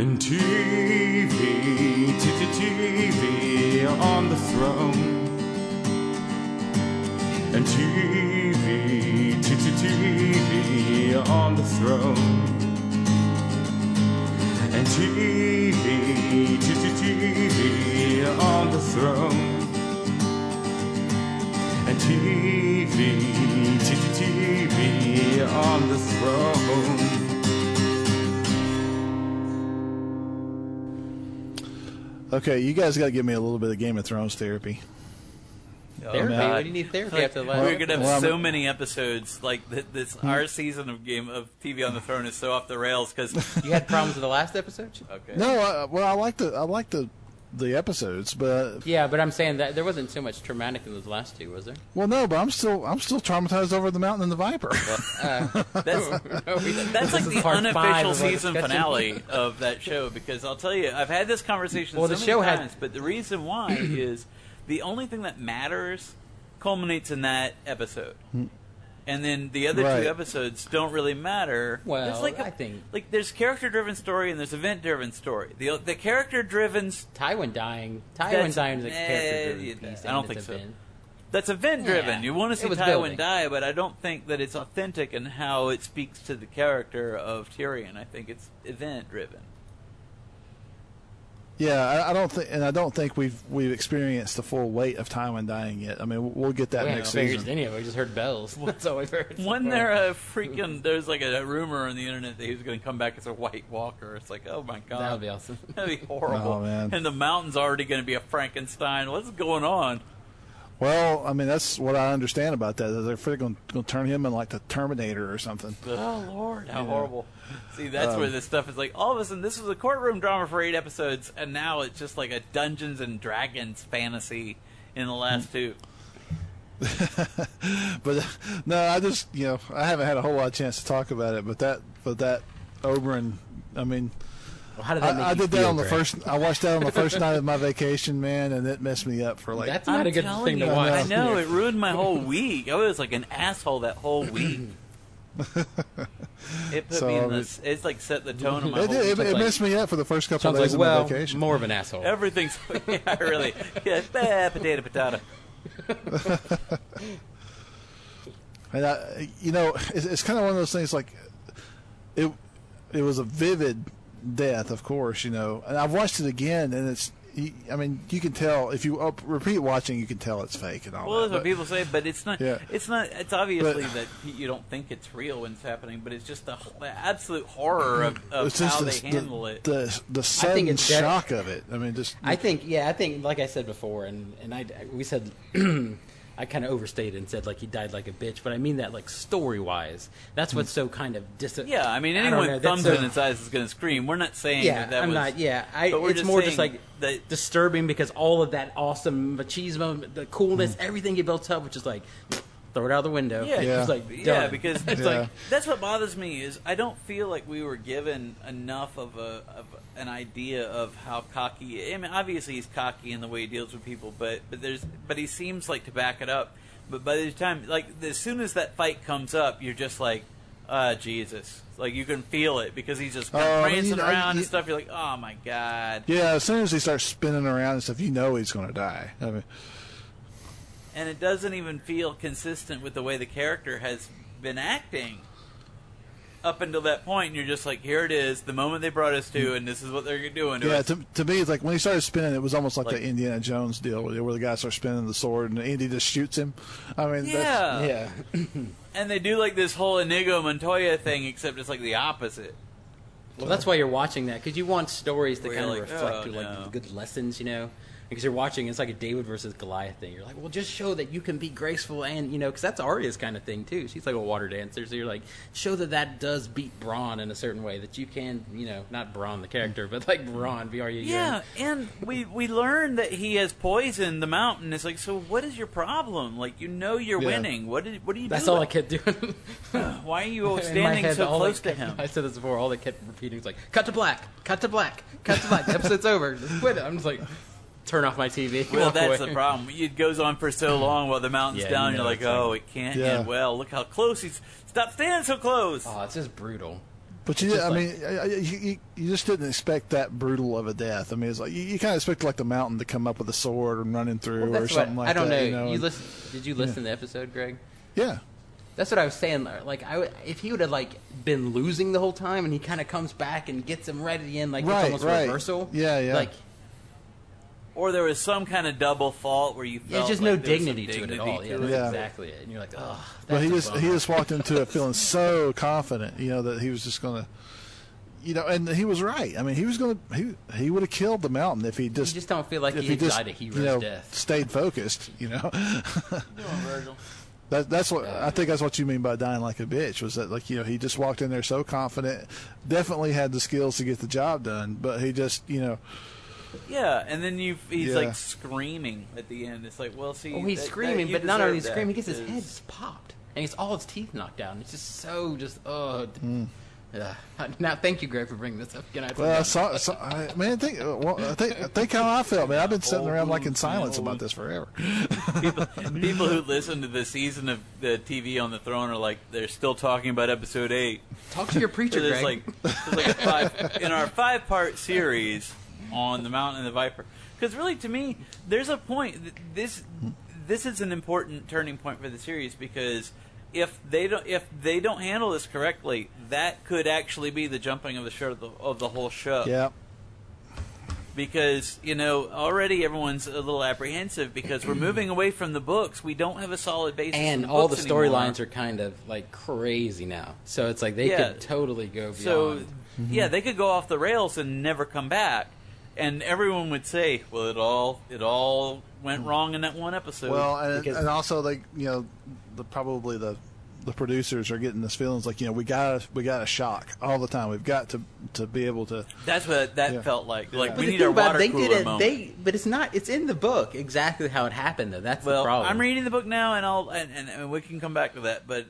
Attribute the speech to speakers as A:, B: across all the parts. A: And TV, TV on the throne. And TV, TV on the throne. And TV, TV on the throne. And TV, TV on the throne.
B: Okay, you guys got to give me a little bit of Game of Thrones therapy.
C: Oh,
D: Therapy?
B: man.
D: What do you Oh, need therapy after the last?
C: We're gonna have
B: Well, I'm-
C: so many episodes like th- this.
D: Hmm?
C: Our season of Game of TV on the Throne is so off the rails because
D: You had problems with the last episode?
C: okay,
B: No, I, well, I like the I like the the episodes, but
D: Yeah, but I'm saying that there wasn't so much traumatic in those last two, was there?
B: well, no, but I'm still I'm still traumatized over the mountain and the viper.
C: uh, that's that's like the unofficial season finale of that show because I'll tell you, I've had this conversation
D: Well,
C: so
D: the
C: many
D: show had-
C: times, but the reason why is the only thing that matters culminates in that episode.
D: Hmm.
C: And then the other
B: Right.
C: two episodes don't really matter.
D: Well,
C: there's like a-
D: I think-
C: like there's character-driven story and there's event-driven story. The the character-driven
D: Tywin dying. Tywin
C: That's-
D: dying is a
C: eh,
D: character
C: yeah,
D: driven piece.
C: I don't
D: and
C: think
D: it's
C: so.
D: event.
C: that's event driven.
D: Yeah.
C: You want to
D: It
C: see
D: was
C: Tywin
D: building.
C: die, but I don't think that it's authentic in how it speaks to the character of Tyrion. I think it's event driven.
B: yeah, I, I don't think, and I don't think we've we've experienced the full weight of time and dying yet. I mean, we'll get that
D: We haven't
B: next
D: experienced
B: season.
D: any of it. We just heard bells. That's all we've heard. so
C: When
D: far.
C: there uh, a freaking there's like a, rumor on the internet that he was going to come back as a White Walker. It's like, oh my god,
D: That would be awesome.
C: That'd be horrible.
B: Oh, man.
C: And the mountain's already going to be a Frankenstein. What's going on?
B: Well, I mean, that's what I understand about that. is They're freaking going to turn him in like the Terminator or something.
C: Oh Lord, how horrible! See, that's
D: Um,
C: where this stuff is like. All of a sudden, this was a courtroom drama for eight episodes, and now it's just like a Dungeons and Dragons fantasy in the
D: Hmm.
C: last two.
B: But no, I just you know I haven't had a whole lot of chance to talk about it. But that but that Oberon, I mean,
D: Well, how did that make
B: I, I
D: you
B: did that
D: feel,
B: on the
D: Greg?
B: first. I watched that on the first night of my vacation, man, and it messed me up for like.
D: That's not
C: I'm
D: a good
C: telling
D: thing
C: you,
D: to watch.
C: I know it ruined my whole week. I was like an asshole that whole week. it put
B: So,
C: me in
B: um,
C: this. It's like set the tone of my
B: it
C: whole.
B: did, it,
C: week.
B: it
C: Like,
B: messed me up for the first couple
D: Sounds
B: of days
D: like,
B: of
D: well,
B: my vacation.
D: more of an asshole.
C: everything's yeah, really. Yeah, eh, potato, potato.
B: And I, you know, it's, it's kind of one of those things like it. It was a vivid death, of course, you know. And I've watched it again, and it's. you- I mean, you can tell if you up, repeat watching, you can tell it's fake and all that.
C: Well, that's what
B: but-
C: people say, but it's not.
B: Yeah.
C: It's not. It's obviously that you don't think it's real when it's happening, but it's just the, the absolute horror of, of
B: it's
C: how
B: just
C: they
B: the,
C: handle
B: the,
C: it.
B: The, the sudden
D: it's better-
B: shock of it. I mean, just
D: I think, yeah, I think, like I said before, and and I we said, I kind of overstated and said like he died like a bitch, but I mean that like story wise, that's what's so kind of dis.
C: yeah, I mean,
D: don't
C: anyone
D: know, that's
C: thumbs
D: so-
C: in its eyes is going to scream. We're not saying
D: Yeah,
C: that, that
D: I'm
C: was.
D: not. Yeah, I,
C: but we're
D: it's
C: just
D: more just
C: saying
D: like
C: that-
D: disturbing because all of that awesome machismo, the coolness, everything he built up, which is like throw it out the window.
C: Hmm. Yeah,
B: Yeah.
D: it's like
C: yeah,
D: done.
C: because it's
B: Yeah.
C: like that's what bothers me is I don't feel like we were given enough of a of an idea of how cocky. I mean, obviously he's cocky in the way he deals with people, but but there's but he seems like to back it up. But by the time like as soon as that fight comes up, you're just like, uh, Jesus. Like you can feel it because he's just
B: Oh, I mean,
C: prancing
B: you know,
C: around
B: you-
C: and stuff. You're like, oh my god.
B: yeah. As soon as he starts spinning around and stuff, you know he's going to die. I mean,
C: and it doesn't even feel consistent with the way the character has been acting up until that point. And you're just like, here it is, the moment they brought us
D: Mm-hmm.
C: to, and this is what they're doing. To
B: yeah.
C: us.
B: To, to me, it's like when he started spinning, it was almost like,
C: Like-
B: the Indiana Jones deal where the guy starts spinning the sword and Indy just shoots him. I mean,
C: Yeah.
B: that's, yeah.
C: and they do like this whole Inigo Montoya thing, except it's like the opposite.
D: Well, that's why you're watching that because you want stories that
C: Where
D: kind of
C: you're like,
D: reflect
C: oh,
D: your, like
C: no.
D: the good lessons, you know. Because you're watching, it's like a David versus Goliath thing. You're like, well, just show that you can be graceful and you know, because that's Arya's kind of thing too. She's like a water dancer, so you're like, show that that does beat Braun in a certain way that you can, you know, not Braun the character, but like Braun, B R U.
C: Yeah, and we we learn that he has poisoned the mountain. It's like, so what is your problem? Like, you know, you're
B: Yeah.
C: winning. What did what are you?
D: That's
C: doing?
D: all I kept doing.
C: Why are you
D: In my
C: standing
D: head,
C: so
D: all
C: close
D: that
C: to him?
D: kept- I said this before. All they kept repeating was like, "Cut to black, cut to black, cut to black." The episode's over. Just quit it. I'm just like, turn off my TV.
C: Well,
D: walk
C: that's
D: away.
C: the problem. It goes on for so long while the mountain's
D: Yeah,
C: down.
D: you
C: You're
D: know
C: like,
D: it's like-
C: oh, it can't
B: Yeah.
D: Uh,
C: end well. Look how close he's. Stop standing so close.
D: Oh, it's just brutal.
B: But you,
D: It's
B: I
D: just
B: mean, I- I- you, you- you just didn't expect that brutal of a death. I mean, it's like you, you kind of expect like the mountain to come up with a sword and running through or
D: that's what,
B: something like
D: I don't
B: that.
D: know.
B: You know, and-
D: listen, did you listen to the episode, Greg?
B: yeah,
D: That's what I was saying. Like, I would, if he would have like been losing the whole time, and he kind of comes back and gets him right at the end, like
B: Right,
D: it's almost
B: right.
D: reversal.
B: Yeah, yeah.
D: Like,
C: Or there was some kind of double fault where you felt
D: there's just
C: like
D: no
C: there was some
D: dignity to it at all.
C: dignity
D: Yeah,
C: to
D: that's
C: it.
B: Yeah.
D: exactly it. And you're like, oh,
B: but he just he just walked into it feeling so confident, you know, that he was just gonna, you know, and he was right. I mean, he was gonna he he would have killed the mountain if he just
D: just don't feel like
B: if
D: he
B: he just
D: died a hero's
B: you know,
D: death.
B: stayed focused, you know.
C: Come on, Virgil.
B: That, that's what I think. That's what you mean by dying like a bitch. Was that like you know he just walked in there so confident, definitely had the skills to get the job done, but he just you know
C: Yeah, and then you he's
B: Yeah.
C: like screaming at the end. It's like, well, see,
D: Oh, he's
C: that- that-
D: screaming,
C: you
D: but not only
C: deserve that,
D: screaming, he gets his
C: 'cause-
D: head just popped, and he's all his teeth knocked out, and it's just so just uh. Uh, now, thank you, Greg, for bringing this up. Can I?
B: Hmm. Well, I saw, saw I, man, think, well, I think, I think how I felt, man. I've been sitting around like in silence about this forever.
C: People who listen to the season of the TV on the throne are like, they're still talking about episode eight.
D: Talk to your preacher,
C: there's
D: Greg.
C: like, there's like a five in our five part series on the mountain and the viper. Because really, to me, there's a point. th- This this is an important turning point for the series because if they don't if they don't handle this correctly, that could actually be the jumping of the show of the, of the whole show
B: Yeah,
C: because you know already everyone's a little apprehensive because we're moving away from the books. We don't have a solid basis.
D: and all the storylines are kind of like crazy now, so it's like they
C: Yeah.
D: could totally go beyond.
C: so.
D: Mm-hmm.
C: Yeah, they could go off the rails and never come back, and everyone would say, "Well, it all it all
D: Mm.
C: went wrong in that one episode."
B: well, and,
D: because-
B: and also like you know, the probably the the producers are getting this feelings like you know we got we got to shock all the time. We've got to to be able to.
C: that's what that
B: Yeah.
C: felt like. Like
D: but
C: we
D: the
C: need
D: thing
C: our
D: about it,
C: water
D: they
C: cooler
D: did it.
C: moment.
D: They, but it's not. It's in the book exactly how it happened, though. That's
C: well,
D: the problem.
C: I'm reading the book now, and I'll and, and, and we can come back to that, but.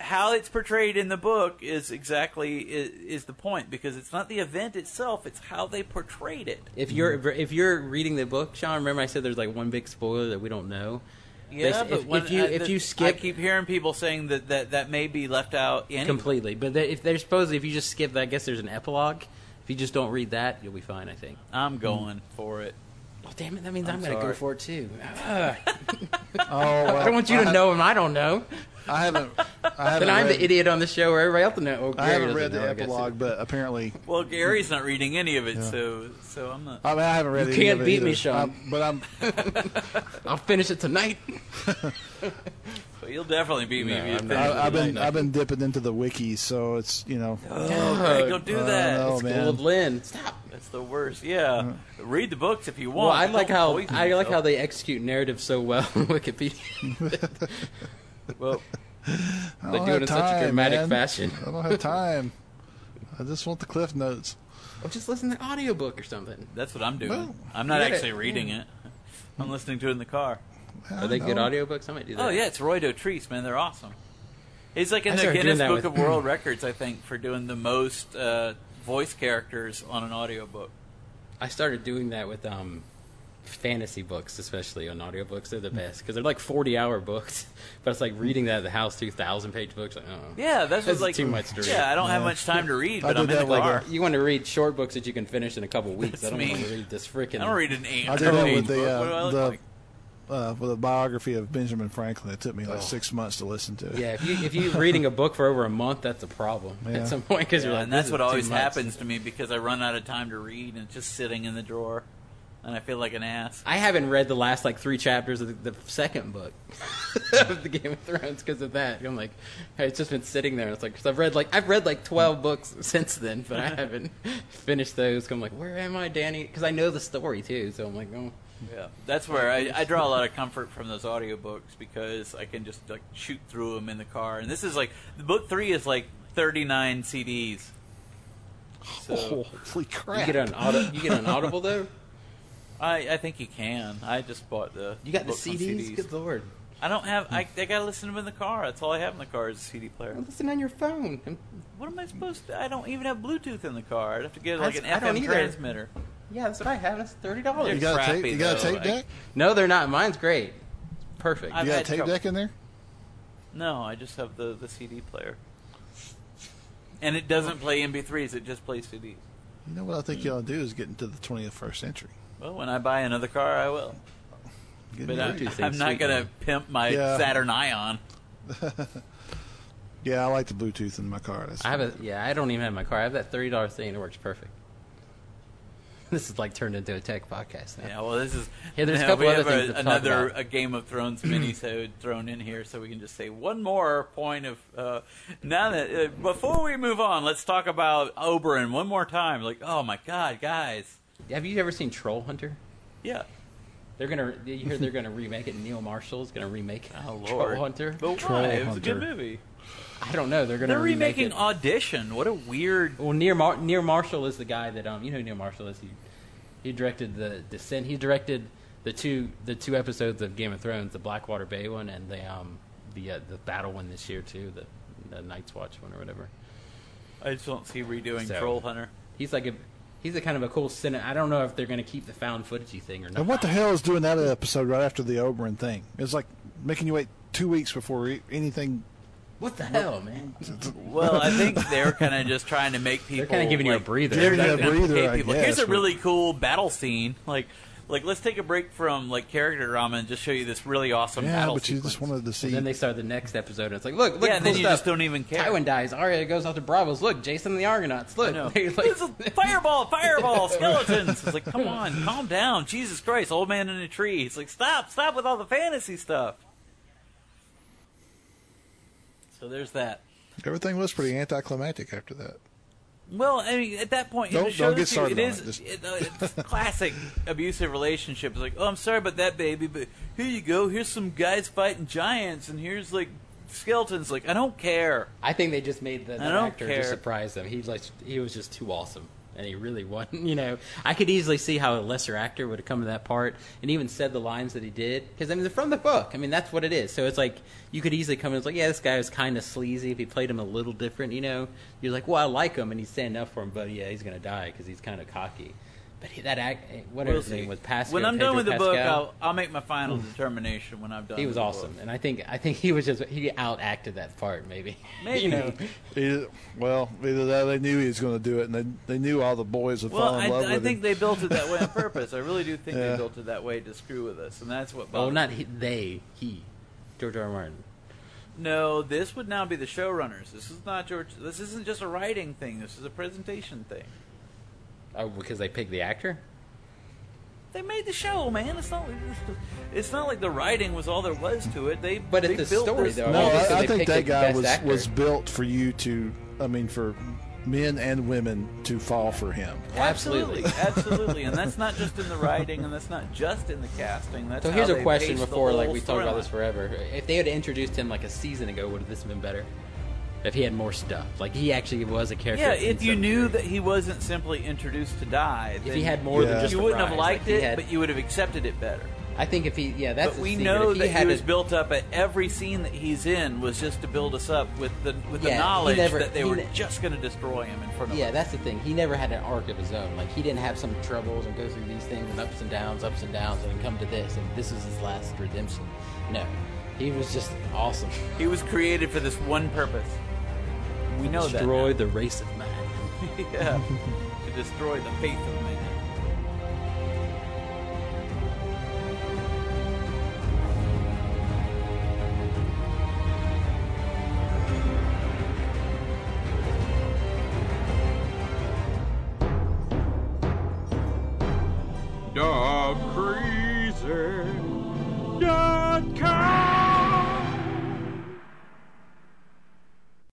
C: How it's portrayed in the book is exactly is, is the point because it's not the event itself; it's how they portrayed it.
D: If you're if you're reading the book, Sean, remember I said there's like one big spoiler that we don't know. They
C: Yeah,
D: s-
C: but
D: if,
C: when-
D: if you
C: I-
D: if
C: the-
D: you skip
C: I keep hearing people saying that that, that may be left out. Anyway.
D: completely, but they, if they're supposedly if you just skip, that, I guess there's an epilogue. If you just don't read that, you'll be fine. I think.
C: I'm going for it.
D: Oh damn it! That means I'm,
C: I'm
D: gonna go
C: sorry.
D: for it too. Ugh.
B: Oh, well,
D: I don't want you to
B: I-
D: know, and I don't know.
B: I haven't. I haven't
D: Then I'm
B: read,
D: the idiot on the show, where everybody else know. Well,
B: I haven't
D: Gary
B: read
D: doesn't
B: the
D: know, I guess.
B: epilogue, but apparently
C: Well, Gary's not reading any of it, so so I'm not.
B: I mean I haven't read.
D: You
B: any
D: can't
B: of it
D: beat me,
B: either.
D: Sean.
B: I'm- but I'm
D: I'll finish it tonight.
B: Oh,
C: But you'll definitely beat me
D: No,
C: if you
D: I'm
C: finish.
B: I,
C: it
B: I've been
C: tonight.
B: I've been dipping into the wikis, so it's you know.
C: Oh, Greg, don't do
B: Oh, no.
C: that. That's-
D: It's
B: man.
D: Gold Lynn. Stop.
C: That's the worst. Yeah, read the books if you want.
D: Well, I
C: but
D: like
C: don't
D: how
C: poison
D: I like how
C: yourself.
D: they execute narrative so well on Wikipedia.
C: Well,
D: they do
B: have
D: it in such a
B: time,
D: dramatic
B: man.
D: fashion.
B: I don't have time. I just want the cliff notes.
D: Or Oh, just listen to an audiobook or something.
C: that's what I'm doing.
B: Well,
C: I'm not
D: get it,
C: actually reading
D: yeah.
C: it. I'm listening to it in the car.
D: Are they good audiobooks? I might do that.
C: Oh yeah, it's Roy Dotrice, man. They're awesome. He's like
D: I
C: in the
D: started doing
C: Guinness
D: that
C: Book
D: with-
C: of World Records, I think, for doing the most uh, voice characters on an audiobook.
D: I started doing that with um, fantasy books, especially on audiobooks. They're the best because they're like forty-hour books, but it's like reading that at the house, two thousand-page books. Like, oh.
C: Yeah, that's
D: This
C: what's
D: is
C: like
D: too much to read.
C: Yeah, I don't have much time to read,
B: I
C: but
B: did
C: I'm in the
B: that with, uh,
C: car.
D: You want to read short books that you can finish in a couple weeks.
C: That's
D: I don't
C: me.
D: want to read this freaking.
C: I don't read an eight
B: I did
C: hundred
B: that with
C: page
B: the
C: book. What do I
B: uh,
C: look
B: the
C: like?
B: uh, with a biography of Benjamin Franklin. It took me like
D: Oh.
B: six months to listen to. it.
D: Yeah, if you if you're reading a book for over a month, that's a problem
B: Yeah.
D: at some point because you're
C: Yeah,
D: like,
C: and
D: this
C: that's
D: is
C: what
D: too
C: always
D: much.
C: happens to me because I run out of time to read and it's just sitting in the drawer, and I feel like an ass.
D: I haven't read the last like three chapters of the, the second book of the Game of Thrones because of that. I'm like, it's just been sitting there. And it's like because I've read like I've read like twelve books since then, but I haven't finished those. 'Cause I'm like, where am I, Danny? Because I know the story too. So I'm like, oh,
C: Yeah, that's where I, I draw a lot of comfort from those audiobooks because I can just like shoot through them in the car. And this is like the book three is like thirty nine CDs. So
B: Holy
D: you
B: crap!
D: get an auto, you get an Audible though.
C: I, I think you can. I just bought the
D: You got the
C: books on
D: CDs. Good lord,
C: I don't have. I, I gotta listen to them in the car. That's all I have in the car is a CD player.
D: listen on your phone. And-
C: What am I supposed to? I don't even have Bluetooth in the car. I'd have to get like an
D: That's- I don't
C: FM
D: either.
C: transmitter.
D: Yeah, that's what I have. That's thirty dollars.
B: You got a
C: crappy,
B: tape? You got a
C: though,
B: tape
C: like-
B: deck?
D: No, they're not. Mine's great. Perfect.
B: You
C: I- I've
B: got a
C: had
B: tape
C: trouble.
B: deck in there?
C: No, I just have the the CD player. and it doesn't play MP3s; it just plays CDs.
B: You know what I
D: Hmm.
B: think y'all do is get into the 21st century.
C: Well, when I buy another car, I will.
B: Get
C: But
B: into
C: I,
B: it.
D: do things
C: I'm
D: sweet,
C: not gonna
D: man.
C: pimp my
B: Yeah.
C: Saturn Ion.
B: yeah, I like the Bluetooth in my car. That's
D: I have a yeah. I don't even have my car. I have that thirty dollar thing. and It works perfect. This is like turned into a tech podcast now.
C: Yeah, well, this is.
D: Yeah, there's a
C: now
D: couple
C: we
D: other
C: have
D: things
C: a,
D: to talk
C: another
D: about.
C: a Game of Thrones minisode thrown in here, so we can just say one more point of. Uh, now that uh, before we move on, let's talk about Oberon one more time. Like, oh my God, guys,
D: Have you ever seen Troll Hunter?
C: yeah.
D: They're gonna. You hear they're gonna remake it. Neil Marshall's gonna remake
C: Oh
D: Troll
C: Lord,
D: Hunter.
C: But
B: Troll
C: why? It was a
B: Hunter.
C: good movie.
D: I don't know. They're gonna.
C: They're
D: remake
C: remaking
D: it.
C: Audition. What a weird.
D: Well, Neil Mar- Neil Marshall is the guy that um you know who Neil Marshall is he he directed the Descent. He directed the two the two episodes of Game of Thrones, the Blackwater Bay one and the um the uh, the battle one this year too, the the Night's Watch one or whatever.
C: I just don't see redoing
D: So-
C: Troll Hunter.
D: He's like a he's a kind of a cool cine. I don't know if they're gonna keep the found footagey thing or not.
B: And what the hell is doing that episode right after the Oberon thing? It's like making you wait two weeks before e- anything.
D: What the hell, man?
C: Well, I think they're kind of just trying to make people.
D: They're kind of giving you a
C: like,
D: breather.
B: Giving you a
C: Implicate
B: breather, I
C: people.
B: guess,
C: Here's a
B: but-
C: really cool battle scene. Like, like let's take a break from like character drama and just show you this really awesome
B: yeah,
C: battle
B: but you
C: sequence.
B: just wanted to see.
D: And then they start the next episode, and it's like, look, look,
C: yeah, and then
D: cool
C: you
D: stuff.
C: just don't even care.
D: Tywin dies. Arya goes off to Bravos. Look, Jason and the Argonauts. Look,
C: No.
D: They're like-
C: It's a fireball, fireball, skeletons. It's like, come on, calm down, Jesus Christ, old man in a tree. It's like, stop, stop with all the fantasy stuff. So there's that.
B: Everything was pretty anticlimactic after that.
C: Well, I mean, at that point,
B: Don't-
C: it shows
B: don't get started
C: you,
B: on
C: it is
B: it. Just-
C: it, uh, it's classic abusive relationships. Like, oh, I'm sorry about that, baby, but here you go. Here's some guys fighting giants, and here's like skeletons. Like, I don't care.
D: I think they just made the, the
C: I don't
D: actor
C: care.
D: just surprise them. He like he was just too awesome, and he really won. You know, I could easily see how a lesser actor would have come to that part, and even said the lines that he did because I mean they're from the book. I mean that's what it is. So it's like you could easily come in and it's like, yeah, this guy was kind of sleazy. If he played him a little different, you know, you're like, well, I like him, and he's standing up for him, but yeah, he's gonna die because he's kind of cocky. But he, that act, whatever
C: We'll
D: his
C: see.
D: name was, Pascal.
C: when I'm
D: Pedro
C: done with the
D: Pascal, Hmm.
C: book, I'll, I'll make my final determination when I'm done.
D: he
C: with
D: was
C: the book.
D: awesome, and I think I think he was just he outacted that part maybe.
C: Maybe.
D: you know,
B: Either, well, either that or they knew he was going to do it, and they they knew all the boys would
C: Well,
B: fall in
C: I,
B: love
C: I
B: with
C: think
B: him.
C: they built it that way on purpose. I really do think
B: Yeah.
C: they built it that way to screw with us, and that's what.
D: Well,
C: bothers
D: Oh, not he, they, he, George R. R. Martin.
C: No, this would now be the showrunners. This is not George. This isn't just a writing thing. This is a presentation thing.
D: Oh, because they picked the actor.
C: They made the show, man. It's not. It's not like the writing was all there was to it. They
D: But
C: they
D: it's the
C: built
D: story,
C: this-
D: though.
B: no,
D: Oh,
B: I,
D: so they
B: I think
D: picked
B: that
D: the
B: guy
D: best
B: was
D: actor.
B: was built for you to. I mean, for men and women to fall for him.
C: Absolutely, absolutely, and that's not just in the writing, and that's not just in the casting. That's
D: So
C: how
D: here's a
C: they
D: question
C: paced the
D: before, like
C: whole
D: we talked about
C: storyline.
D: this forever. If they had introduced him like a season ago, would this have been better? If he had more stuff, like he actually was a character.
C: Yeah,
D: that's in
C: if you
D: some
C: knew
D: series.
C: that he wasn't simply introduced to die,
D: if
C: then
D: he had more
B: Yeah.
D: than just
C: you
D: the
C: wouldn't have
D: prize,
C: liked
D: like, he
C: it,
D: had-
C: but you would have accepted it better.
D: I think if he, yeah, that's.
C: but
D: the
C: we
D: secret.
C: know
D: if he
C: that
D: had
C: he was
D: a-
C: built up at every scene that he's in was just to build us up with the with
D: Yeah,
C: the
D: he
C: knowledge
D: never-
C: that they
D: he
C: were
D: ne-
C: just going to destroy him in front of
D: Yeah,
C: us.
D: that's the thing. He never had an arc of his own. Like he didn't have some troubles and go through these things and ups and downs, ups and downs, and then come to this, and this was his last redemption. No, he was just awesome.
C: He was created for this one purpose. We know
D: Destroy the race of man.
C: that. now. yeah, to destroy the faith of man.
A: Dog crazy. Dog